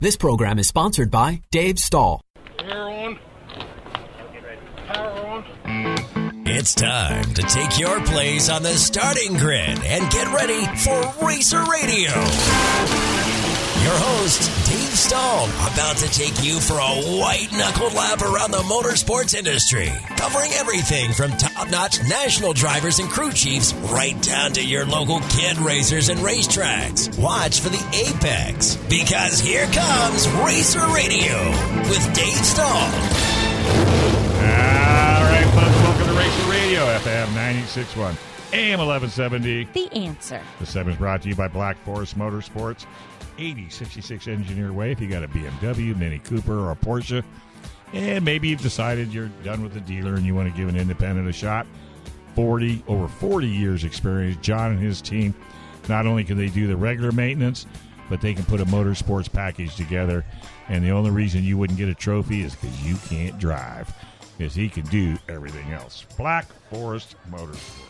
This program is sponsored by Dave Stahl. Air on. Power on. It's time to take your plays on the starting grid and get ready for Racer Radio. Your host, Dave Stahl, about to take you for a white knuckled lap around the motorsports industry, covering everything from top notch national drivers and crew chiefs right down to your local kid racers and racetracks. Watch for the apex, because here comes Racer Radio with Dave Stahl. All right, folks, welcome to Racer Radio, FM 961, AM 1170. The answer. The segment brought to you by Black Forest Motorsports, 8066 Engineer Way. If you got a BMW, Mini Cooper, or a Porsche, and maybe you've decided you're done with the dealer and you want to give an independent a shot, 40 over 40 years experience, John and his team. Not only can they do the regular maintenance, but they can put a motorsports package together. And the only reason you wouldn't get a trophy is because you can't drive, because he can do everything else. Black Forest Motorsports.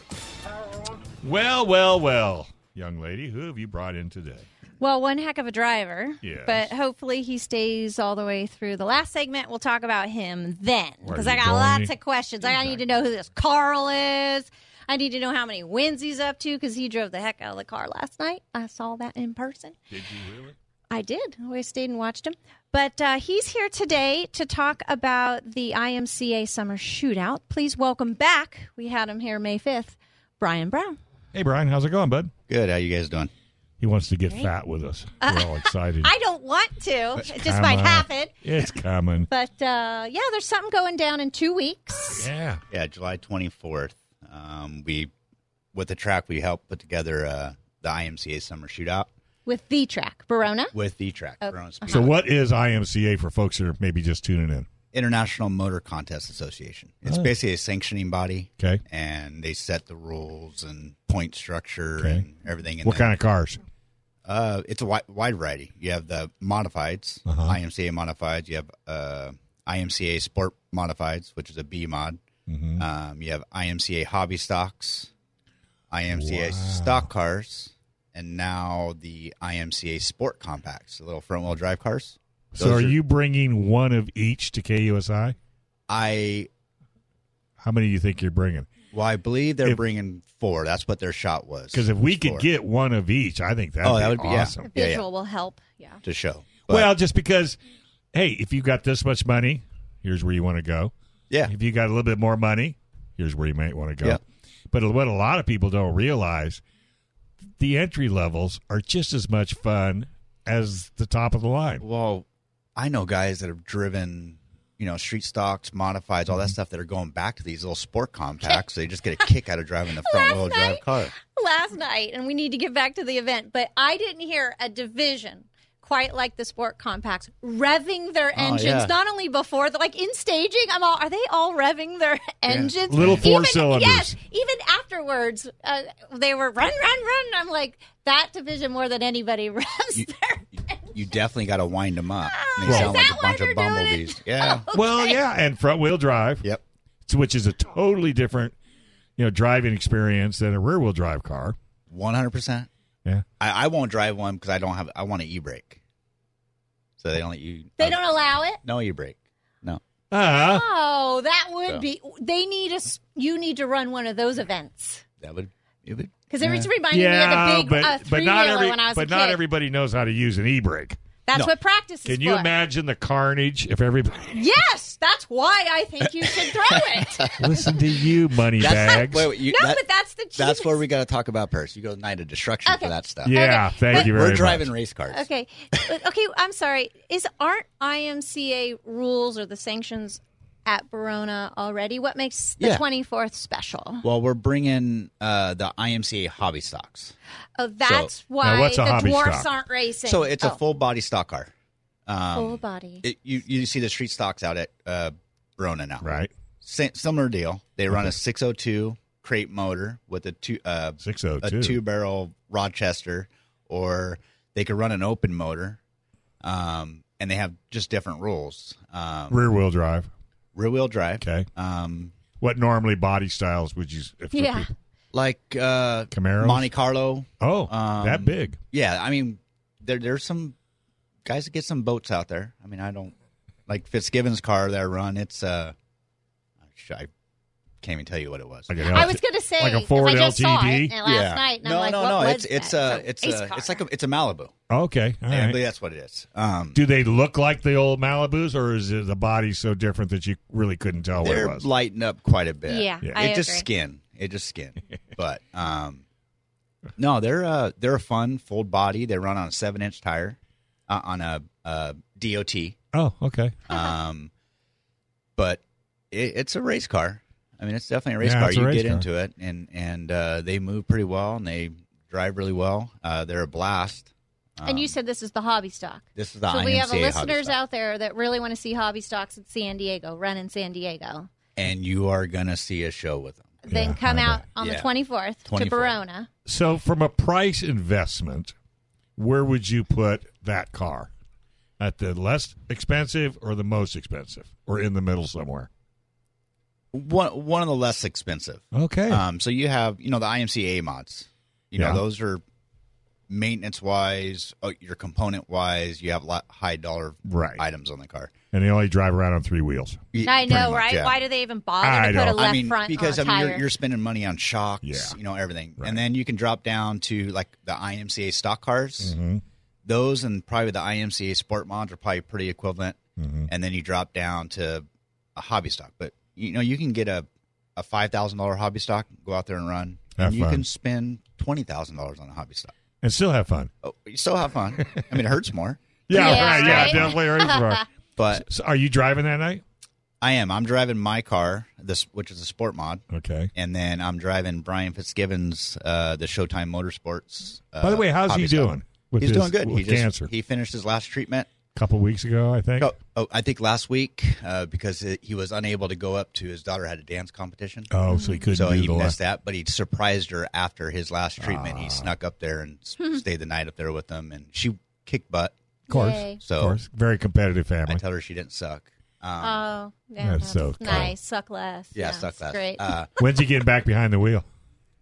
Well, well, well, young lady, who have you brought in today? Well, one heck of a driver. Yes. But hopefully he stays all the way through the last segment. We'll talk about him then. Where Because you I got going? lots of questions. I need to know who this Carl is. I need to know how many wins he's up to because he drove the heck out of the car last night. I saw that in person. Did you really? I did. We stayed and watched him. But uh, he's here today to talk about the IMCA summer shootout. Please welcome back. We had him here May 5th, Brian Brown. Hey, Brian, how's it going, bud? Good. How you guys doing? He wants to get fat with us. We're all excited. Uh, I don't want to. It just Come might on. happen. It's coming. But uh, yeah, there's something going down in two weeks. Yeah. Yeah, July 24th. Um, we, with the track, we helped put together uh, the IMCA Summer Shootout with the track Verona. with the track. Oh, Verona Speed. uh-huh. So, what is IMCA for folks that are maybe just tuning in? International Motor Contest Association. It's Oh. basically a sanctioning body, Okay. and they set the rules and point structure Okay. and everything. In What there. kind of cars? Uh, it's a wide, wide variety. You have the modifieds, Uh-huh. IMCA modifieds. You have uh, IMCA Sport modifieds, which is a B mod. Mm-hmm. Um, you have IMCA hobby stocks, IMCA Wow. stock cars, and now the IMCA sport compacts, the little front wheel drive cars. So, are, those are- you bringing one of each to KUSI? I How many do you think you're bringing? well, I believe they're If- bringing four. That's what their shot was. Because if we was could four get one of each, I think that'd Oh, be that would be- yeah. awesome. The Yeah, yeah. visual will help. Yeah. to show, But, Well, just because, hey, if you got this much money, here's where you want to go. yeah, If you got a little bit more money, here's where you might want to go. Yeah. But what a lot of people don't realize, the entry levels are just as much fun as the top of the line. well, I know guys that have driven. You know, street stocks, modifieds, Mm-hmm. all that stuff that are going back to these little sport compacts. they just get a kick out of driving the front wheel Last drive night- car. Last night, and we need to get back to the event, but I didn't hear a division quite like the sport compacts revving their engines. yeah. Not only before, the, like in staging, I'm all. Are they all revving their engines? Little four even, cylinders. Yes. Even afterwards, uh, they were run, run, run. I'm like that division more than anybody revs their. You definitely got to wind them up. They Well- sound Ah. Is like that a why bunch they're of doing it? Oh. bumblebees. Yeah. Well, yeah, and front wheel drive, Yep. which is a totally different, you know, driving experience than a rear wheel drive car. One hundred percent. Yeah. I, I won't drive one because I don't have. I want an e brake. So they don't let you. uh, They don't allow it. No e brake. No. Uh, Oh, that would So. be. They need us. You need to run one of those events That would. It would. because it was Yeah. reminding me yeah, of the big but, uh, but three not wheeler every, when I was but a kid. not everybody knows how to use an e-brake. that's No. what practice is Can you for. imagine the carnage if everybody Yes, that's why I think you should throw it. listen to you, money bags? Wait, wait, you- no, that- but that's the cheapest. that's where we got to talk about first. You go night of destruction Okay. for that stuff. yeah, Okay. thank But you very We're much. driving race cars. Okay, But- okay. I'm sorry. Is aren't IMCA rules or the sanctions at Verona already? What makes the Yeah. 24th special? Oh, Well, we're bringing uh, the IMCA hobby stocks. Oh, that's why Now, what's a the hobby dwarfs stock? aren't racing. So it's Oh, a full body stock car. Um, full body. It, you you see the street stocks out at uh, Verona now, Right, Sa- similar deal. They run a 602 crate motor with a two uh, six oh a two barrel Rochester, or they could run an open motor. Um, and they have just different rules. Um, rear wheel drive. rear wheel drive. Okay, Um, what normally body styles would you? If Yeah. people- like uh, Camaros? Monte Carlo. Oh, Um, that big. Yeah, I mean, there there's some guys get some boats out there. I mean, I don't like Fitzgibbon's car that I run. It's uh, sh- I can't even tell you what it was. Like an I LT was gonna say like a 'cause Ford I just saw it LTD. and last night, and no, I'm like, no, what no. was It's it's that? a it's a it's like a it's a Malibu. Okay, all Yeah, I right. believe that's what it is. Um, Do they look like the old Malibus, or is it the body so different that you really couldn't tell what it they're was? lighting up quite a bit. Yeah, Yeah. I it just agree. skin. It just skin. but um, no, they're uh they're a fun full body. They run on a seven inch tire, uh, on a uh DOT. oh, okay. Uh-huh. Um, but it, it's a race car. I mean, it's definitely a race Yeah, car. it's a You race get car. into it, and and uh, they move pretty well, and they drive really well. Uh, they're a blast. and um, you said this is the hobby stock. This is the So we have a IMCA hobby listeners stock. out there that really want to see hobby stocks in San Diego, run in San Diego. and you are gonna see a show with them. Then Yeah, come I out bet. on Yeah. the 24th, to 24th. Verona. So, from a price investment, where would you put that car? At the less expensive or the most expensive, or in the middle somewhere? One one of the less expensive. Okay. Um, so you have you know the IMCA mods. You Yeah. know those are maintenance wise, your component wise. You have a lot high dollar Right. items on the car. and they only drive around on three wheels. Y- I pretty know, much, right? yeah. Why do they even bother I to put a don't- left I mean, front because on a I mean, tire? you're, you're spending money on shocks, Yeah. you know everything, Right. and then you can drop down to like the IMCA stock cars. Mm-hmm. Those and probably the IMCA Sport mods are probably pretty equivalent, Mm-hmm. and then you drop down to a hobby stock. But you know, you can get a a five thousand dollar hobby stock, go out there and run, Have and you fun. can spend twenty thousand dollars on a hobby stock. And still have fun. Oh, you still have fun. I mean, it hurts more, Yeah, Yeah, right, yeah, right. definitely. Right but so are you driving that night? I am. I'm driving my car, this which is a Sport mod. Okay. and then I'm driving Brian Fitzgibbons, uh, the Showtime Motorsports. Uh, By the way, how's he hobby stuff. doing? With He's his- doing good. With He just cancer. he finished his last treatment. a couple weeks ago, I think. Oh, oh, I think last week uh, because it, he was unable to go up to his daughter had a dance competition, Oh, so he couldn't so do he the Ah. missed last. that. But he surprised her after his last treatment. He snuck up there and s- Hmm. stayed the night up there with them, and she kicked butt. Of course, Yay. So- of course, very competitive family. I tell her she didn't suck. Um, oh, yeah, That's that's so cool. nice. Suck less. yeah, Yeah, suck it's that. Great. Uh, When's he getting back behind the wheel?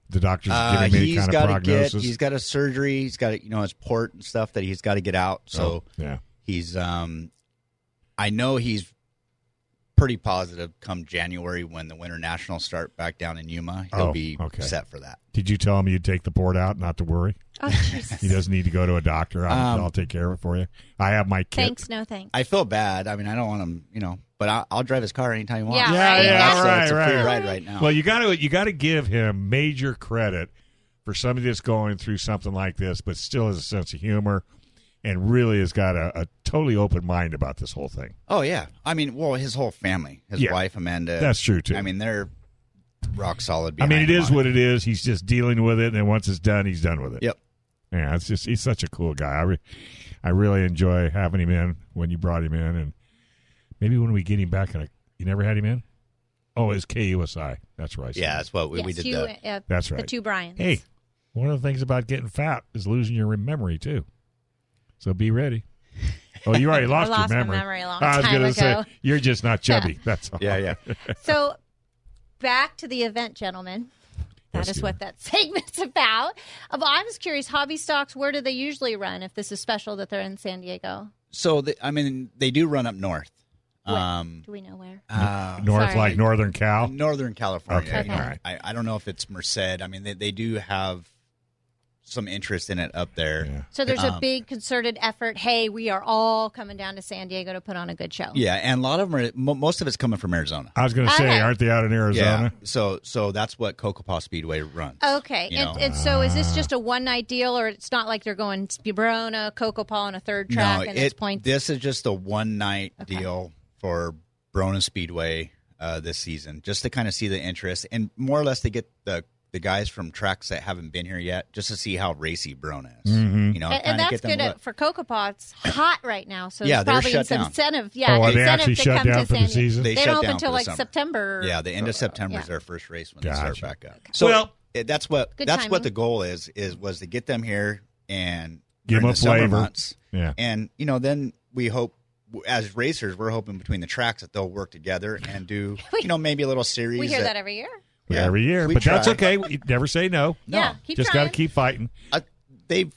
The doctor's Uh, giving me he's kind of got to get. prognosis. He's got a surgery. He's got you know his port and stuff that he's got to get out. So Oh, yeah. he's um, I know he's pretty positive. Come January when the Winter Nationals start back down in Yuma, he'll Oh, be okay. set for that. Did you tell him you'd take the board out, not to worry? Oh, Jesus. He doesn't need to go to a doctor. I'll, Um, I'll take care of it for you. I have my kit. Thanks, no thanks. I feel bad. I mean, I don't want him. You know, but I'll, I'll drive his car anytime he wants. Yeah, Yeah, right. yeah, so it's a right, free right. ride right now. Well, you got to you got to give him major credit for somebody that's going through something like this, but still has a sense of humor and really has got a, a totally open mind about this whole thing. oh yeah. I mean, well, his whole family, his Yeah. wife Amanda. That's true, too. I mean, they're rock solid. I mean, behind it him is on what it is. He's just dealing with it, and then once it's done, he's done with it. Yep. Yeah, it's just he's such a cool guy. I, re- I really enjoy having him in when you brought him in, and maybe when we get him back in a you never had him in. Oh, it's KUSI. That's right. Yeah, that's what we, yes, we did. you, the, uh, That's The right. two Bryans. Hey, one of the things about getting fat is losing your memory too. So be ready. Oh, you already lost, lost my your memory. memory a long I was time gonna say ago. you're just not chubby. That's all. yeah, yeah. So back to the event, gentlemen. That is Yes, dear. what that segment's about. Uh, Well, I'm just curious, hobby stocks, where do they usually run if this is special that they're in San Diego? So the, I mean, they do run up north. Um, Do we know where? uh, North Sorry. like Northern Cal. Northern Oh. California. Okay, you know. all right. I, I don't know if it's Merced. I mean, they, they do have some interest in it up there. Yeah. Yeah. So there's a Um, big concerted effort. Hey, we are all coming down to San Diego to put on a good show. and a lot of them are, mo- most of it's coming from Arizona. I was going to say, Okay. aren't they out in Arizona? Yeah. So so that's what Cocopa Speedway runs. Okay, You and, know. uh, and so is this just a one night deal, or it's not like they're going to Verona, Coco Paw on a third track, no, and it's it- points? this is just a one night deal for Brona Speedway uh, this season, just to kind of see the interest and more or less to get the the guys from tracks that haven't been here yet, just to see how racy Brona is. Mm-hmm. You know, and, kinda and that's get them good look. at, for Coco Paw. It's hot right now, so Yeah, there's they're probably shut it's down. incentive. Yeah, oh, are they incentive actually to shut come down to for San the Diego. season? They They, shut don't open down for until the like summer. September. Yeah, the end of September is yeah. their first race when they Gotcha. start back up. So Well- it- that's what Good that's timing. what the goal is is was to get them here and Give during them a the summer flavor. months. Yeah. And you know, then we hope as racers, we're hoping between the tracks that they'll work together and do you know maybe a little series. We hear that every year. Yeah. Every year, We but that's try. okay. You never say no. Yeah, keep just trying. got to keep fighting. uh, they've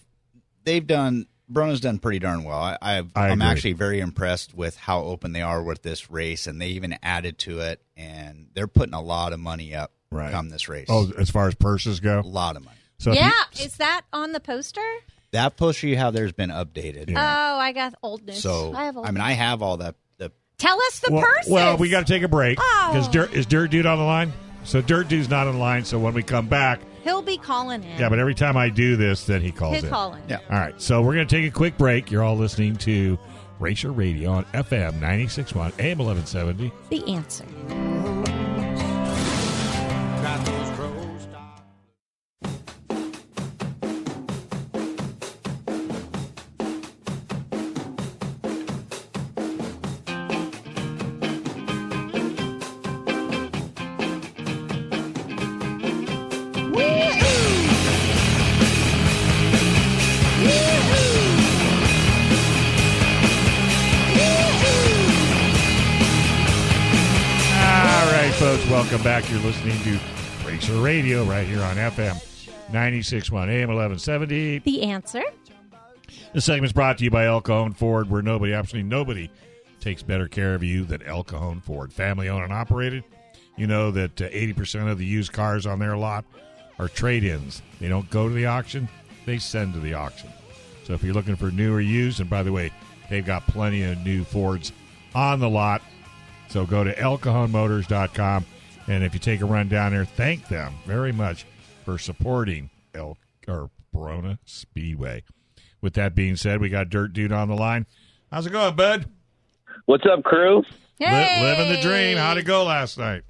they've done Brono's done pretty darn well. I, I, I I'm agree. actually very impressed with how open they are with this race, and they even added to it, and they're putting a lot of money up Right. come this race. Oh, as far as purses a go, lot of money. so if you- yeah, is that on the poster? That poster you have there's been updated. Oh, I got old news. So I have old I mean, news. I have all that. The Tell us the well, person. well, we got to take a break Oh. because Dirt, is Dirt Dude on the line? So Dirt Dude's not on the line. So when we come back, He'll be calling in. yeah. But every time I do this, then he calls He'll in. call in. Yeah. All right, so we're going to take a quick break. You're all listening to Racer Radio on FM 96.1 AM 1170. The answer. All right, folks, welcome back. You're listening to Racer Radio right here on FM 96.1 AM 1170. The answer. This segment's brought to you by El Cajon Ford, where nobody, absolutely nobody, takes better care of you than El Cajon Ford. Family owned and operated. You know that uh, 80% of the used cars on their lot are trade ins. They don't go to the auction, they send to the auction. So if you're looking for new or used, and by the way, they've got plenty of new Fords on the lot. So go to elcajonmotors.com. And if you take a run down there, thank them very much for supporting El or Brona Speedway. With that being said, we got Dirt Dude on the line. How's it going, bud? What's up, crew? Li- Hey! living the dream. How'd it go last night?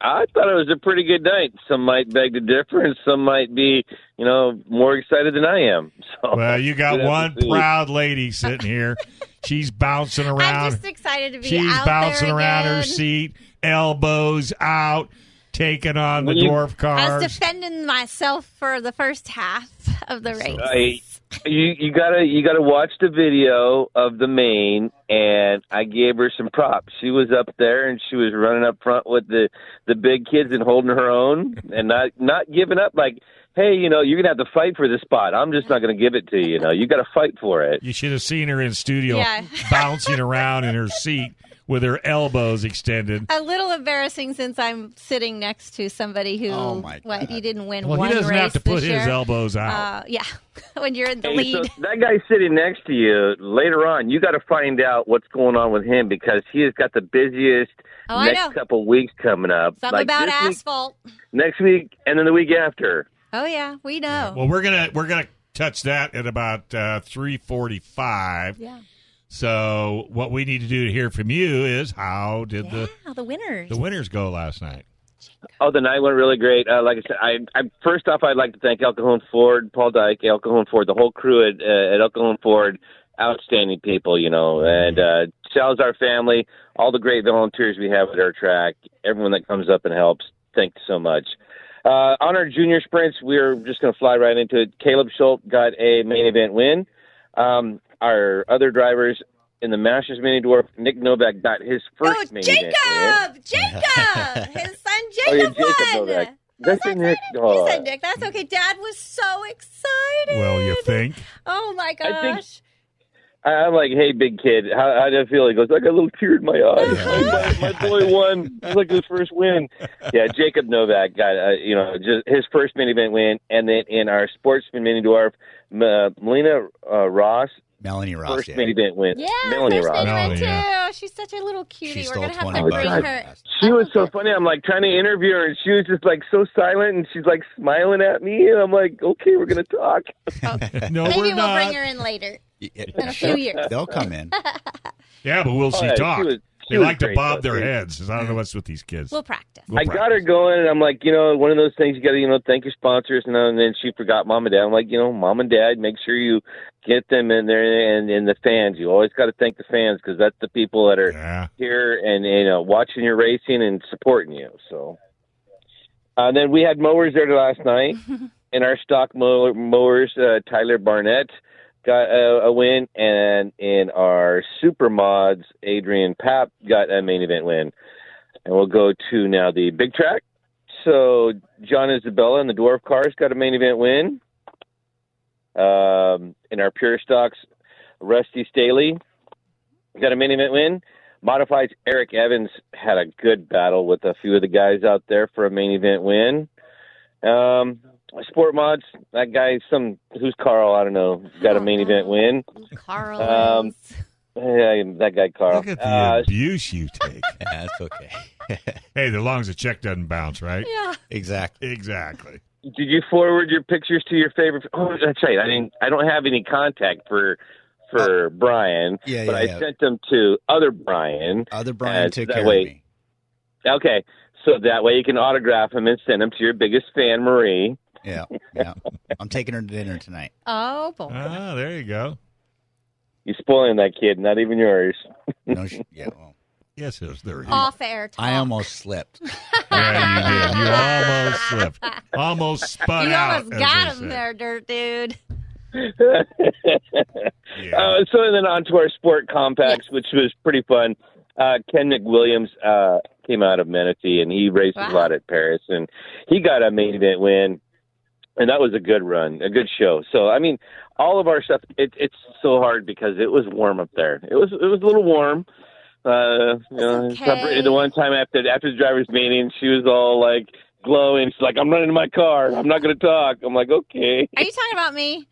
I thought it was a pretty good night. Some might beg to differ, and some might be, you know, more excited than I am. So, Well, you got We'll have one to see. proud lady sitting here. She's bouncing I'm around. just excited to be She's out bouncing there around her again. seat, elbows out, taking on the Well, you- dwarf I was cars. defending myself for the first half of the race. I, you you gotta you gotta watch the video of the main, and I gave her some props. She was up there and she was running up front with the the big kids and holding her own, and not not giving up. Like, hey, you know, you're gonna have to fight for the spot. I'm just not gonna give it to you. You know, you gotta fight for it. you should have seen her in studio Yeah. bouncing around in her seat with her elbows extended. a little embarrassing since I'm sitting next to somebody who, Oh, my what, God. he didn't win Well, one he doesn't race have to put this his year. elbows out. Uh, yeah, when you're in the Hey, so lead. that guy sitting next to you later on, you got to find out what's going on with him because he has got the busiest Oh, I know. next couple weeks coming up. Something Like about this week, asphalt. next week, and then the week after. Oh yeah, we know. well, we're gonna we're gonna touch that at about uh, three forty five. yeah. So what we need to do to hear from you is how did the Wow, the winners. the winners go last night? Oh, the night went really great. Uh, like I said, I, I first off, I'd like to thank El Cajon Ford, Paul Dyke, El Cajon Ford, the whole crew at, uh, at El Cajon Ford. Outstanding people, you know, and uh, Salazar family, all the great volunteers we have at our track, everyone that comes up and helps. Thank you so much. Uh, on our junior sprints, we're just going to fly right into it. Caleb Schultz got a main event win. Um, our other drivers in the Masters Mini Dwarf, Nick Novak got his first oh, main event win. Jacob! Jacob! His son Oh, yeah, Jacob Jacob won. Novak. That's That's Oh, a excited. Nick You dog. said Nick. That's okay. Dad was so excited. Well, you think? Oh my I think- gosh. I- I'm like, hey, big kid, how, how do you feel? He goes, I got a little tear in my Uh-huh. eye. my, my boy won. It's like his first win. Yeah, Jacob Novak got, uh, you know, just his first mini event win. And then in our sportsman mini dwarf, M- uh, Melina uh, Ross, Melanie Ross. first yeah. mini event win. Yeah, Melanie first Ross. name Melanie, went yeah. too. She's such a little cutie. She We're stole gonna have 20 to bring bucks. her. She was Oh. so funny. I'm like trying to interview her, and she was just like so silent, and she's like smiling at me, and I'm like, okay, we're gonna talk. No, oh, Maybe we're we'll not. bring her in later in a few years. They'll come in. Yeah, but will Oh, she yeah, she talk? was- she they was like to great, bob though. their She- heads. 'cause I don't know what's with these kids. We'll practice. We'll I got her practice. going, and I'm like, you know, one of those things you got to, you know, thank your sponsors, and, then she forgot mom and dad. I'm like, you know, mom and dad, make sure you get them in there, and, and the fans. You always got to thank the fans because that's the people that are Yeah. here and you know watching your racing and supporting you. So, uh, then we had mowers there last night, and our stock mower, mowers, uh, Tyler Barnett got a, a win, and in our super mods, Adrian Papp got a main event win. And we'll go to now the big track. So John Isabella and the Dwarf Cars got a main event win. Um, in our pure stocks, Rusty Staley got a mini event win. Modifieds Eric Evans had a good battle with a few of the guys out there for a main event win. Um, Sport mods, that guy, some who's Carl? I don't know. Got a main event win. Carl. Um, is- Yeah, that guy Carl. Look at the Uh, abuse you take. Yeah, that's okay. hey, the long as the check doesn't bounce, right? yeah. exactly. Exactly. did you forward your pictures to your favorite? Oh, that's right. I didn't. I don't have any contact for for Brian, Uh, Yeah, but yeah, I yeah. sent them to other Brian. Other Brian Uh, took that care way- of me. Okay, so that way you can autograph them and send them to your biggest fan, Marie. Yeah, yeah. I'm taking her to dinner tonight. Oh boy. Ah, there you go. You're spoiling that kid. Not even yours. No, sh- yeah. Well, Yes, it was there. Off air. Talk. Oh. I almost slipped. Yeah, you did. You almost slipped. Almost spun You out. almost as they got him say. there, dirt dude. Yeah. Oh, Uh, so then on to our sport compacts, which was pretty fun. Uh, Ken McWilliams uh, came out of Menifee and he raced Wow. a lot at Paris and he got a main event win. And that was a good run, a good show. So I mean, all of our stuff. It, it's so hard because it was warm up there. It was it was a little warm. Uh, you know, It's so Brittany, the okay. one time after after the drivers' meeting, she was all like glowing. She's like, "I'm running to my car. I'm not going to talk." I'm like, "Okay, Are you talking about me?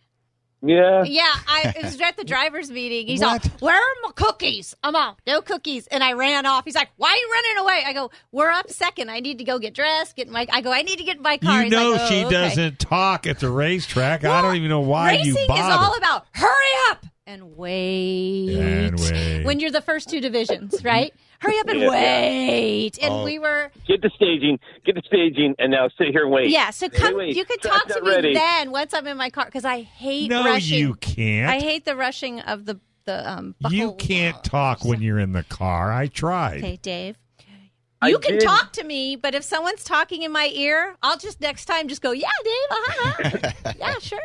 yeah." Yeah, I it was at the driver's meeting. He's What? all, "Where are my cookies?" I'm all, "No cookies," and I ran off. He's like, "Why are you running away?" I go, "We're up second. I need to go get dressed. Get in my." I go, "I need to get in my You car." He's know like, "Oh, she okay." doesn't talk at the racetrack. I don't even know why Racing you is bother. all about hurry up and wait. And wait. When you're the first two divisions, right? Hurry up and Yeah. wait. And Oh. we were, get the staging, get the staging, and now sit here and wait. yeah. So Wait, come, wait, you could track's talk to not me ready. then once I'm in my car because I hate no, rushing. you can't. I hate the rushing of the the um. Buckle. you can't talk when you're in the car. I tried. Okay, Dave. I You can did- talk to me, but if someone's talking in my ear, I'll just next time just go, yeah, Dave, uh-huh. yeah, sure.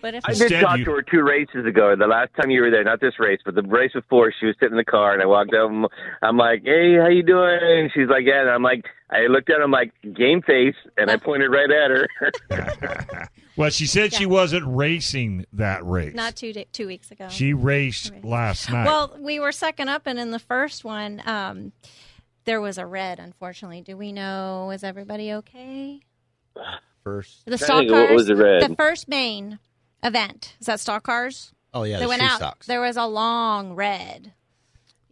But if I did Instead, talk you- to her two races ago. The last time you were there, not this race, but the race before, she was sitting in the car, and I walked up. And I'm like, "Hey, how you doing?" And she's like, "Yeah." And I'm like, I looked at her, I'm like, "Game face," and I pointed right at her. Well, she said she wasn't racing that race. not two da- two weeks ago. she raced last night. Well, we were second up, and in the first one, um, there was a red. Unfortunately, do we know? Is everybody okay? First. The Trying stock to think of what cars. was the red. The first main event is that stock cars. Oh yeah, they the went shoe out. socks. There was a long red,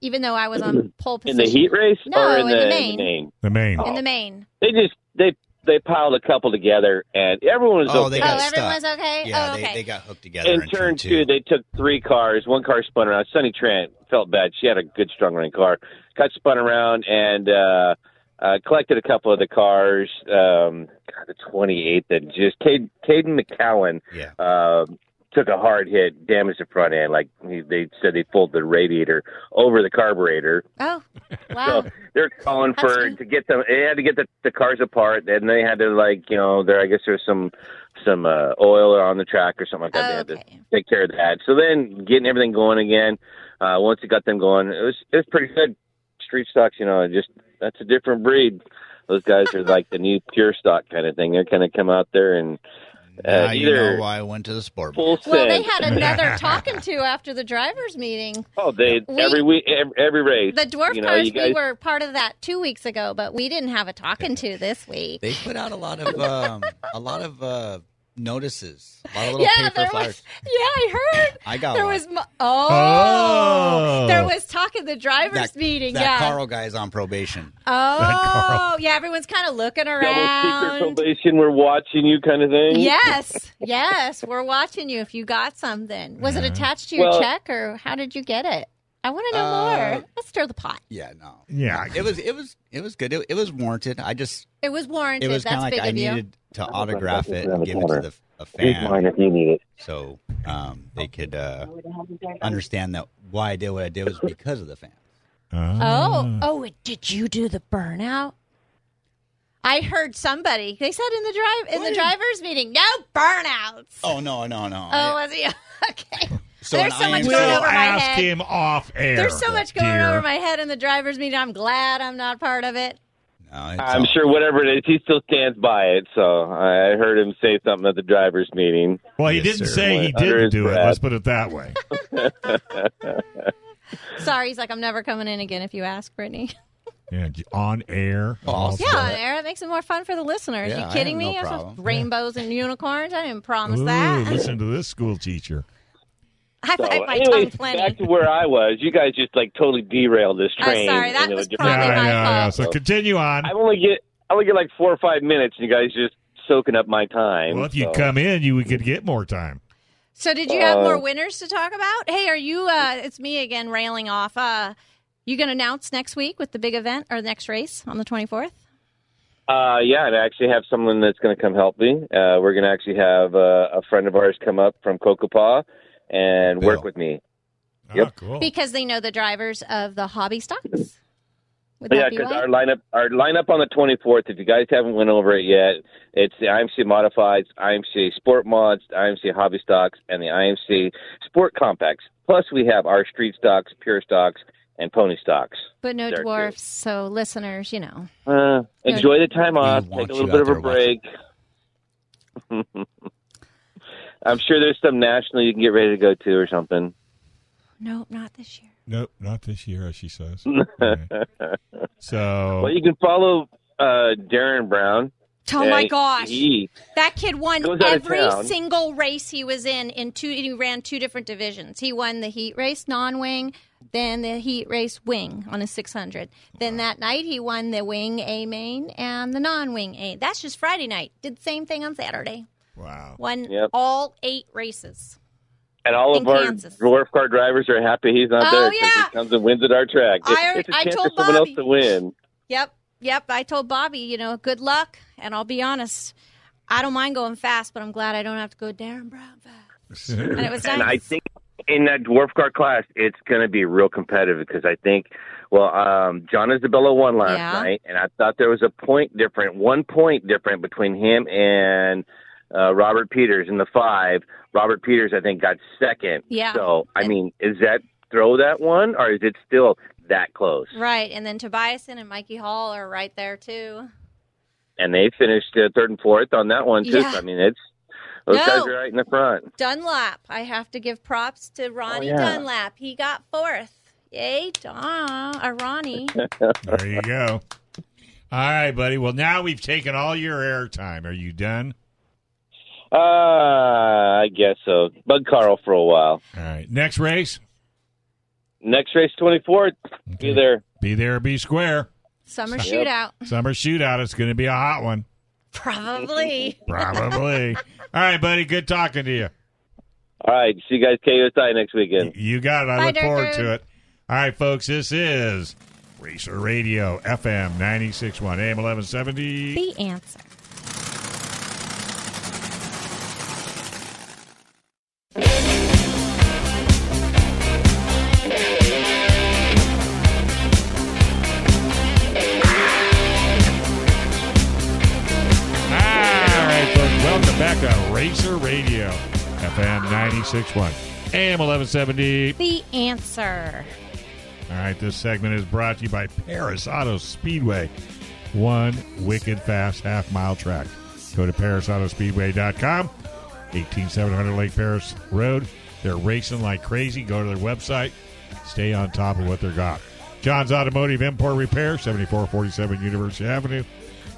even though I was on pole in position the heat Oh. race No, or in, in the the, main. main? the main. In the main. They just they they piled a couple together, and everyone was Oh, okay. They got oh, stuck. everyone's okay. yeah, oh, they, okay. they got hooked together in turn two, they took three cars. One car spun around. Sunny Trent felt bad. She had a good, strong running car. Got spun around and uh, uh, collected a couple of the cars. Um, God, the 28th and just Cade, Caden McCowan yeah. uh, took a hard hit, damaged the front end. Like he, they said, they pulled the radiator over the carburetor. oh, wow. So they're calling That's for neat. to get them. They had to get the, the cars apart, and they had to like you know there. I guess there's some some uh, oil on the track or something like that. They had to Oh, Okay. take care of that. So then getting everything going again. Uh, once it got them going, it was it was pretty good. Street stocks, you know, just that's a different breed. Those guys are like the new pure stock kind of thing. They're kind of come out there and Now uh, you know either why I went to the sport. full bar. Well, they send- had another talking to after the drivers' meeting. oh they we- every week every, every race The dwarf you know, cars, you guys, we were part of that two weeks ago, but we didn't have a talking to this week. They put out a lot of um, a lot of uh, notices, a lot of little yeah, paper there flyers. was. Yeah, I heard. I got There one. was. mo- Oh. Oh, there was talk at the drivers' that, meeting. That yeah. Carl guy's on probation. oh, yeah. Everyone's kind of looking double secret around. probation. We're watching you kind of thing. Yes, yes. We're watching you. If you got something, was it attached to your Well- check, or how did you get it? I want to know Uh, more. Let's stir the pot. Yeah, no. yeah. It was it was it was good. It, it was warranted. I just It was warranted. it was kind That's of like big I of you. needed to autograph it and give it to the a Here's mine fan if you need it. so um, they could uh, understand that why I did what I did was because of the fan. Ah. Mm. Oh, oh, and did you do the burnout? I heard somebody. They said in the drive in the drivers' meeting, no burnouts. Oh no no no! Oh, was he? Okay. so there's an so much IMC We'll going over my ask head. him off air. There's so much going dear. over my head in the driver's meeting. I'm glad I'm not part of it. No, it's I'm all- sure whatever it is, he still stands by it. So I heard him say something at the drivers' meeting. Well, he Yes, didn't sir. say he Under didn't his do it. breath. Let's put it that way. Sorry, he's like, I'm never coming in again if you ask, Brittany. Yeah, j- on air. Awesome. Yeah, on air. It makes it more fun for the listeners. Yeah, I you have kidding no me? It's just problem. rainbows and unicorns. I didn't promise Ooh, that. listen to this school teacher. I So, fight my tongue anyways, back plenty. to where I was. You guys just like totally derailed this I'm train. sorry, that into a was different- Probably yeah, my yeah, yeah. fault. So continue on. I only get I only get like four or five minutes, and you guys just soaking up my time. Well, if you so. come in, you we could get more time. So, did you have Uh, more winners to talk about? Hey, are you? Uh, it's me again, railing off. Uh, you going to announce next week with the big event or the next race on the 24th? Uh, yeah, and I actually have someone that's going to come help me. Uh, we're going to actually have uh, a friend of ours come up from Kokopa and work Bill. with me. Ah, Yep. cool. Because they know the drivers of the hobby stocks. Would But yeah, that be because why? our lineup, our lineup on the 24th. If you guys haven't went over it yet, it's the IMC modifieds, IMC sport mods, IMC hobby stocks, and the IMC sport compacts. Plus, we have our street stocks, pure stocks, and pony stocks. but no there, too. dwarfs. So, listeners, you know. Uh, Yeah. enjoy the time off. want Take a you little bit out of a there watching. break. I'm sure there's some national you can get ready to go to or something. Nope, not this year. Nope, not this year, as she says. Okay. So, Well, you can follow uh, Darren Brown. Oh my Uh, gosh. He, That kid won Goes out of every town. single race he was in in two he ran two different divisions. He won the heat race non-wing, then the heat race wing on a 600. Then that night he won the wing A main and the non-wing A. That's just Friday night. Did the same thing on Saturday. wow. Won Yep. all 8 races. and all In of our Kansas. dwarf car drivers are happy he's not Oh, there 'cause yeah. he comes and wins at our track. It- I- it's a I chance told for someone Bobby. else to win. Yep. Yep, I told Bobby, you know, good luck, and I'll be honest, I don't mind going fast, but I'm glad I don't have to go Darren Brown fast. And it was nice. And I think in that dwarf car class, it's going to be real competitive because I think, well, um, John Isabella won last Yeah. night, and I thought there was a point different, one point different between him and uh, Robert Peters in the five. Robert Peters, I think, got second. Yeah. So, I mean, is that throw that one, or is it still that close? Right, and then Tobiasen and Mikey Hall are right there too. And they finished uh, third and fourth on that one, too. Yeah. So, I mean, it's. Those No. guys are right in the front. Dunlap, I have to give props to Ronnie Oh, yeah. Dunlap. He got fourth. Yay, Don, or Ronnie. There you go. All right, buddy. Well, now we've taken all your airtime. Are you done? Uh, I guess so. Bug Carl for a while. All right. Next race, Next race, 24th. Be there. be there, or be square. Summer shootout, Summer shootout. It's going to be a hot one, probably. probably. all right, buddy. Good talking to you. All right. See you guys KSI next weekend. You got it. I Bye, look Dirk forward Rude. to it. All right, folks. This is Racer Radio FM 96.1 AM 1170. the answer. All right, folks, welcome back to Racer Radio, FM 96.1, AM 1170. The answer. All right, this segment is brought to you by Paris Auto Speedway, one wicked fast half mile track. Go to parisautospeedway.com, 18700 Lake Paris Road. They're racing like crazy. Go to their website, stay on top of what they're got. John's Automotive Import Repair, 7447 University Avenue.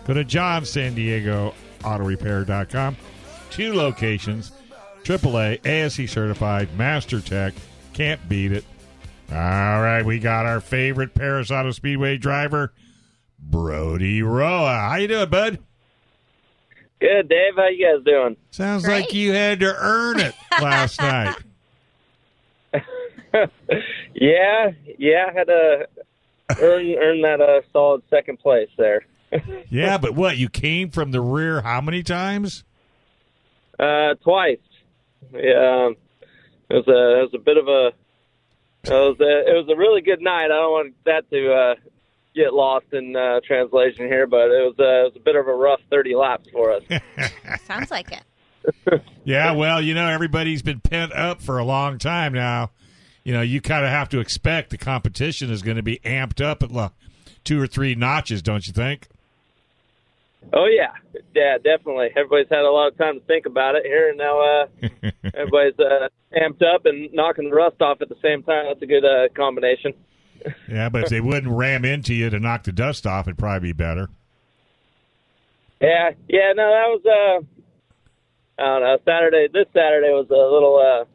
Go to John's San Diego Auto Repair.com. Two locations, AAA, ASC certified, Master Tech. Can't beat it. All right, we got our favorite Paris Auto Speedway driver, Brody Roa. How you doing, bud? Good, Dave. How you guys doing? Sounds Great. like you had to earn it last night. Yeah, yeah, I had to earn earn that uh, solid second place there. Yeah, but what? You came from the rear how many times? Uh, twice. Yeah, um, it was a it was a bit of a it was a, it was a really good night. I don't want that to uh, get lost in uh, translation here, but it was a it was a bit of a rough thirty laps for us. Sounds like it. Yeah, well, you know, everybody's been pent up for a long time now. You know, you kind of have to expect the competition is going to be amped up at lo- two or three notches, don't you think? Oh yeah, yeah, definitely. Everybody's had a lot of time to think about it here, and now uh, everybody's uh, amped up and knocking the rust off at the same time. That's a good uh, combination. Yeah, but if they wouldn't ram into you to knock the dust off, it'd probably be better. Yeah, yeah. No, that was uh, I don't know. Saturday, this Saturday was a little, uh,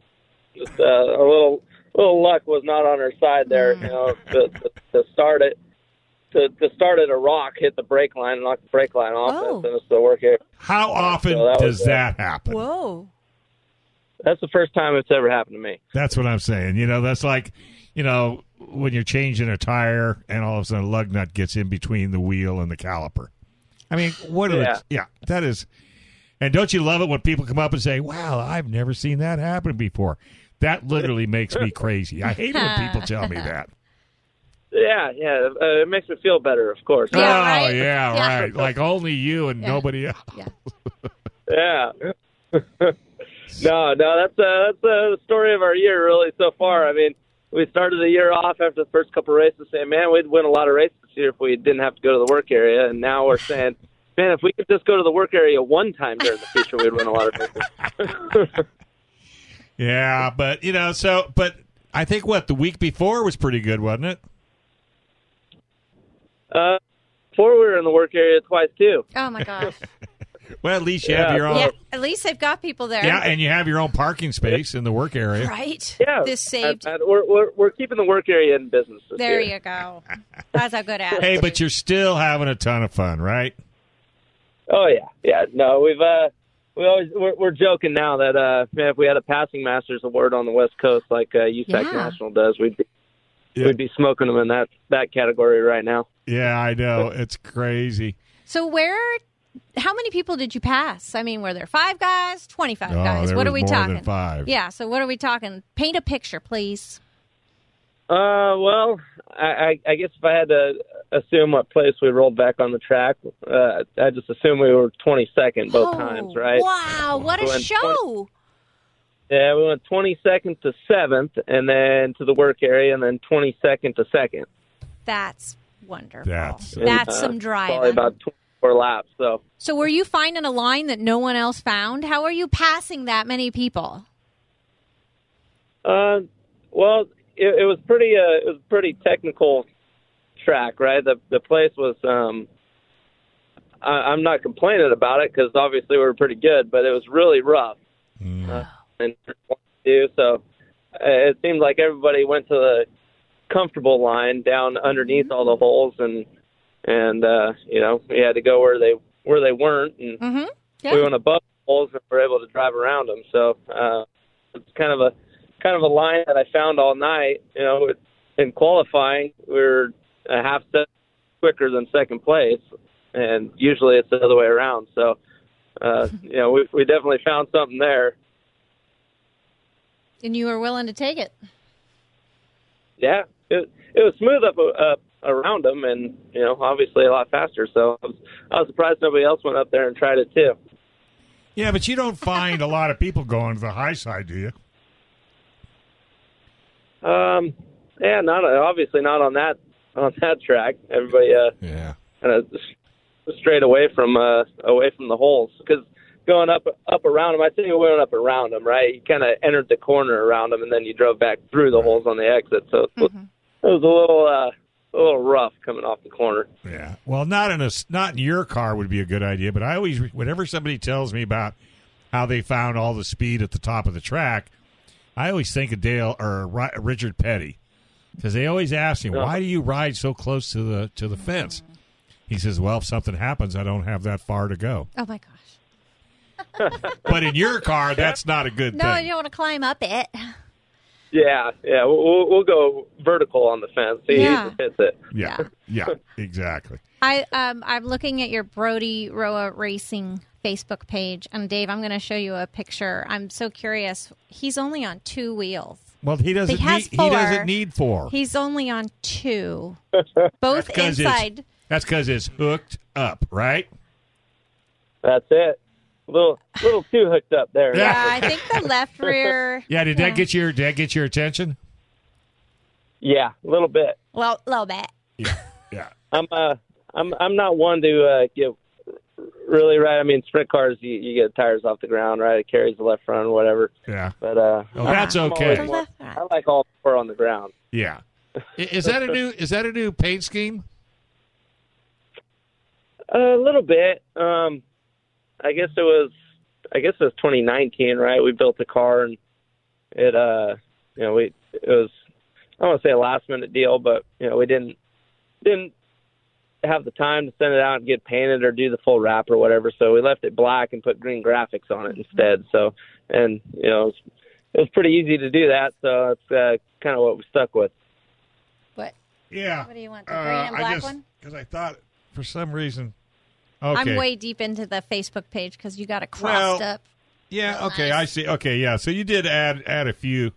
just uh, a little, little luck was not on her side there. You know, to, to, to start it, to, to start at a rock, hit the brake line, and knock the brake line off, Oh. and it still work here. How often So that was does that happen? Whoa. That's the first time it's ever happened to me. That's what I'm saying. You know, that's like, you know, when you're changing a tire and all of a sudden a lug nut gets in between the wheel and the caliper. I mean, what are the, yeah, that is. And don't you love it when people come up and say, "Wow, I've never seen that happen before." That literally makes me crazy. I hate it when people tell me that. Yeah, yeah. Uh, it makes me feel better, of course. oh, right. yeah, Yeah. right. Like only you and nobody else. Yeah. no, no, that's uh, that's uh, the story of our year really so far. I mean, we started the year off after the first couple races saying, "Man, we'd win a lot of races this year if we didn't have to go to the work area," and now we're saying. Man, if we could just go to the work area one time during the future, we'd win a lot of races. Yeah, but you know, so but I think what the week before was pretty good, wasn't it? Uh, before we were in the work area twice too. Oh my gosh. Well, at least you have Yeah. your own. yeah. At least they've got people there. Yeah, and you have your own parking space in the work area. right. Yeah, This saved. I- I- we're, we're we're keeping the work area in business. This there year. you go. That's a good attitude. Hey, but you're still having a ton of fun, right? Oh yeah, yeah. No, we've uh, we always we're, we're joking now that uh, man, if we had a passing masters award on the West Coast like uh, USAC Yeah. National does, we'd be, Yeah. we'd be smoking them in that that category right now. Yeah, I know. It's crazy. So where? How many people did you pass? I mean, were there five guys, twenty-five Oh, guys? there What was are we more talking? than five. Yeah. So what are we talking? Paint a picture, please. Uh, well, I, I, I guess if I had to assume what place we rolled back on the track, uh, I just assume we were 22nd both Oh, times, right? Wow, what a Going show! Yeah, we went 22nd to seventh, and then to the work area, and then 22nd to second. That's wonderful. That's- That's, Uh, some Probably driving. about 24 laps. So. so were you finding a line that no one else found? How are you passing that many people? Uh, well, it, it was pretty. Uh, it was a pretty technical track, right? The the place was. Um, I, I'm not complaining about it because obviously we were pretty good, but it was really rough. Uh, and do so. uh, It seemed like everybody went to the comfortable line down underneath all the holes, and and uh, you know we had to go where they where they weren't, and Mm-hmm. Yeah. we went above the holes and were able to drive around them. So uh, it's kind of a kind of a line that I found all night. You know, in qualifying, we were a half step quicker than second place, and usually it's the other way around. So uh, you know, we we definitely found something there. and you were willing to take it. Yeah, it it was smooth up up around them, and you know, obviously a lot faster. So I was, I was surprised nobody else went up there and tried it too. Yeah, but you don't find a lot of people going to the high side, do you? Um, yeah, not obviously not on that on that track. Everybody uh, Yeah. kind of straight away from uh, away from the holes because going up up around them. I think you went up around them, right? You kind of entered the corner around them, and then you drove back through the holes on the exit. So it was, it Mm-hmm. was a little uh, a little rough coming off the corner. Yeah. Well, not in a s- not in your car would be a good idea, but I always whenever somebody tells me about how they found all the speed at the top of the track, I always think of Dale or Ri- Richard Petty because they always ask him, "Why do you ride so close to the to the fence?" He says, "Well, if something happens, I don't have that far to go." Oh my gosh! But in your car, that's not a good No, thing. you don't want to climb up it. Yeah, yeah, we'll- we'll, we'll go vertical on the fence. See Yeah. who hits it. Yeah. Yeah, exactly. I um I'm looking at your Brody Roa Racing Facebook page, and Dave, I'm going to show you a picture. I'm so curious. He's only on two wheels. Well, he doesn't He has need, he four. doesn't need four. He's only on two, both Because it's- inside. That's cuz it's hooked up, right? That's it. A little little too hooked up there. Yeah, I think the left rear. Yeah, did that get your did that get your attention? Yeah, a little bit. Well, little bit. Yeah. I'm uh I'm I'm not one to uh, get really right. I mean, sprint cars, you, you get tires off the ground, right? It carries the left front, whatever. Yeah. But uh, Oh, that's I'm okay. always more- I like all four on the ground. Yeah. I- Is that a new is that a new paint scheme? A little bit. Um, I guess it was. I guess it was 2019, right? We built the car, and it. Uh, you know, we it was. I don't want to say a last minute deal, but you know, we didn't didn't have the time to send it out and get painted or do the full wrap or whatever. So we left it black and put green graphics on it instead. So, and you know, it was, it was pretty easy to do that. So it's uh, kind of what we stuck with. What? Yeah. What do you want, the green and black one? Because I thought for some reason. Okay. I'm way deep into the Facebook page because you got it Well- crossed up. Yeah. Okay. I see. Okay. Yeah. So you did add add a few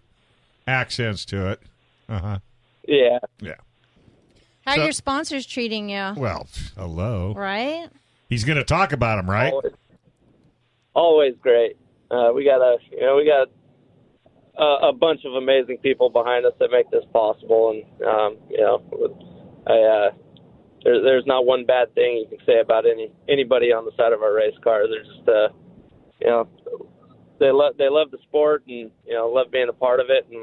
accents to it. Uh huh. Yeah. Yeah. How So- are your sponsors treating you? Well, hello. Right? He's going to talk about him, right? Always, always great. Uh, we got a you know we got a, a bunch of amazing people behind us that make this possible, and um, you know, I, uh, there, there's not one bad thing you can say about any anybody on the side of our race car. They're just uh, you know they love they love the sport and you know love being a part of it, and